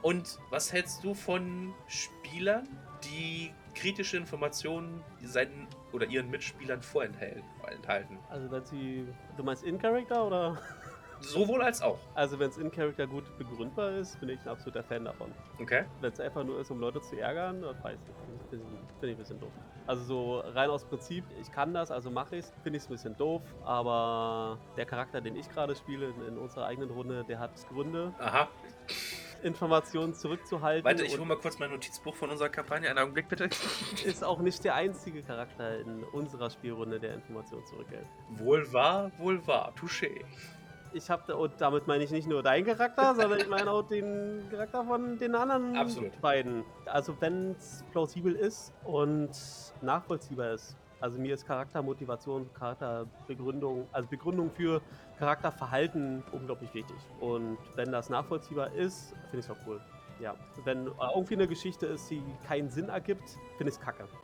Und was hältst du von Spielern, die kritische Informationen seinen oder ihren Mitspielern vorenthalten? Also, dass sie. Du meinst In-Character oder? Sowohl als auch. Also, wenn es In-Character gut begründbar ist, bin ich ein absoluter Fan davon. Okay. Wenn es einfach nur ist, um Leute zu ärgern, dann weiß ich, finde ich ein bisschen doof. Also so rein aus Prinzip, ich kann das, also mache ich es, finde ich es ein bisschen doof, aber der Charakter, den ich gerade spiele in, in unserer eigenen Runde, der hat Gründe, Aha. Informationen zurückzuhalten. Warte, ich und hole mal kurz mein Notizbuch von unserer Kampagne. Einen Augenblick bitte. ist auch nicht der einzige Charakter in unserer Spielrunde, der Informationen zurückhält. Wohl wahr, wohl wahr. Touché. Ich habe, da, und damit meine ich nicht nur deinen Charakter, sondern ich meine auch den Charakter von den anderen Absolut. beiden. Also wenn es plausibel ist und nachvollziehbar ist. Also mir ist Charaktermotivation, Charakterbegründung, also Begründung für Charakterverhalten unglaublich wichtig. Und wenn das nachvollziehbar ist, äh, finde ich es auch cool. Ja, wenn irgendwie eine Geschichte ist, die keinen Sinn ergibt, finde ich es kacke.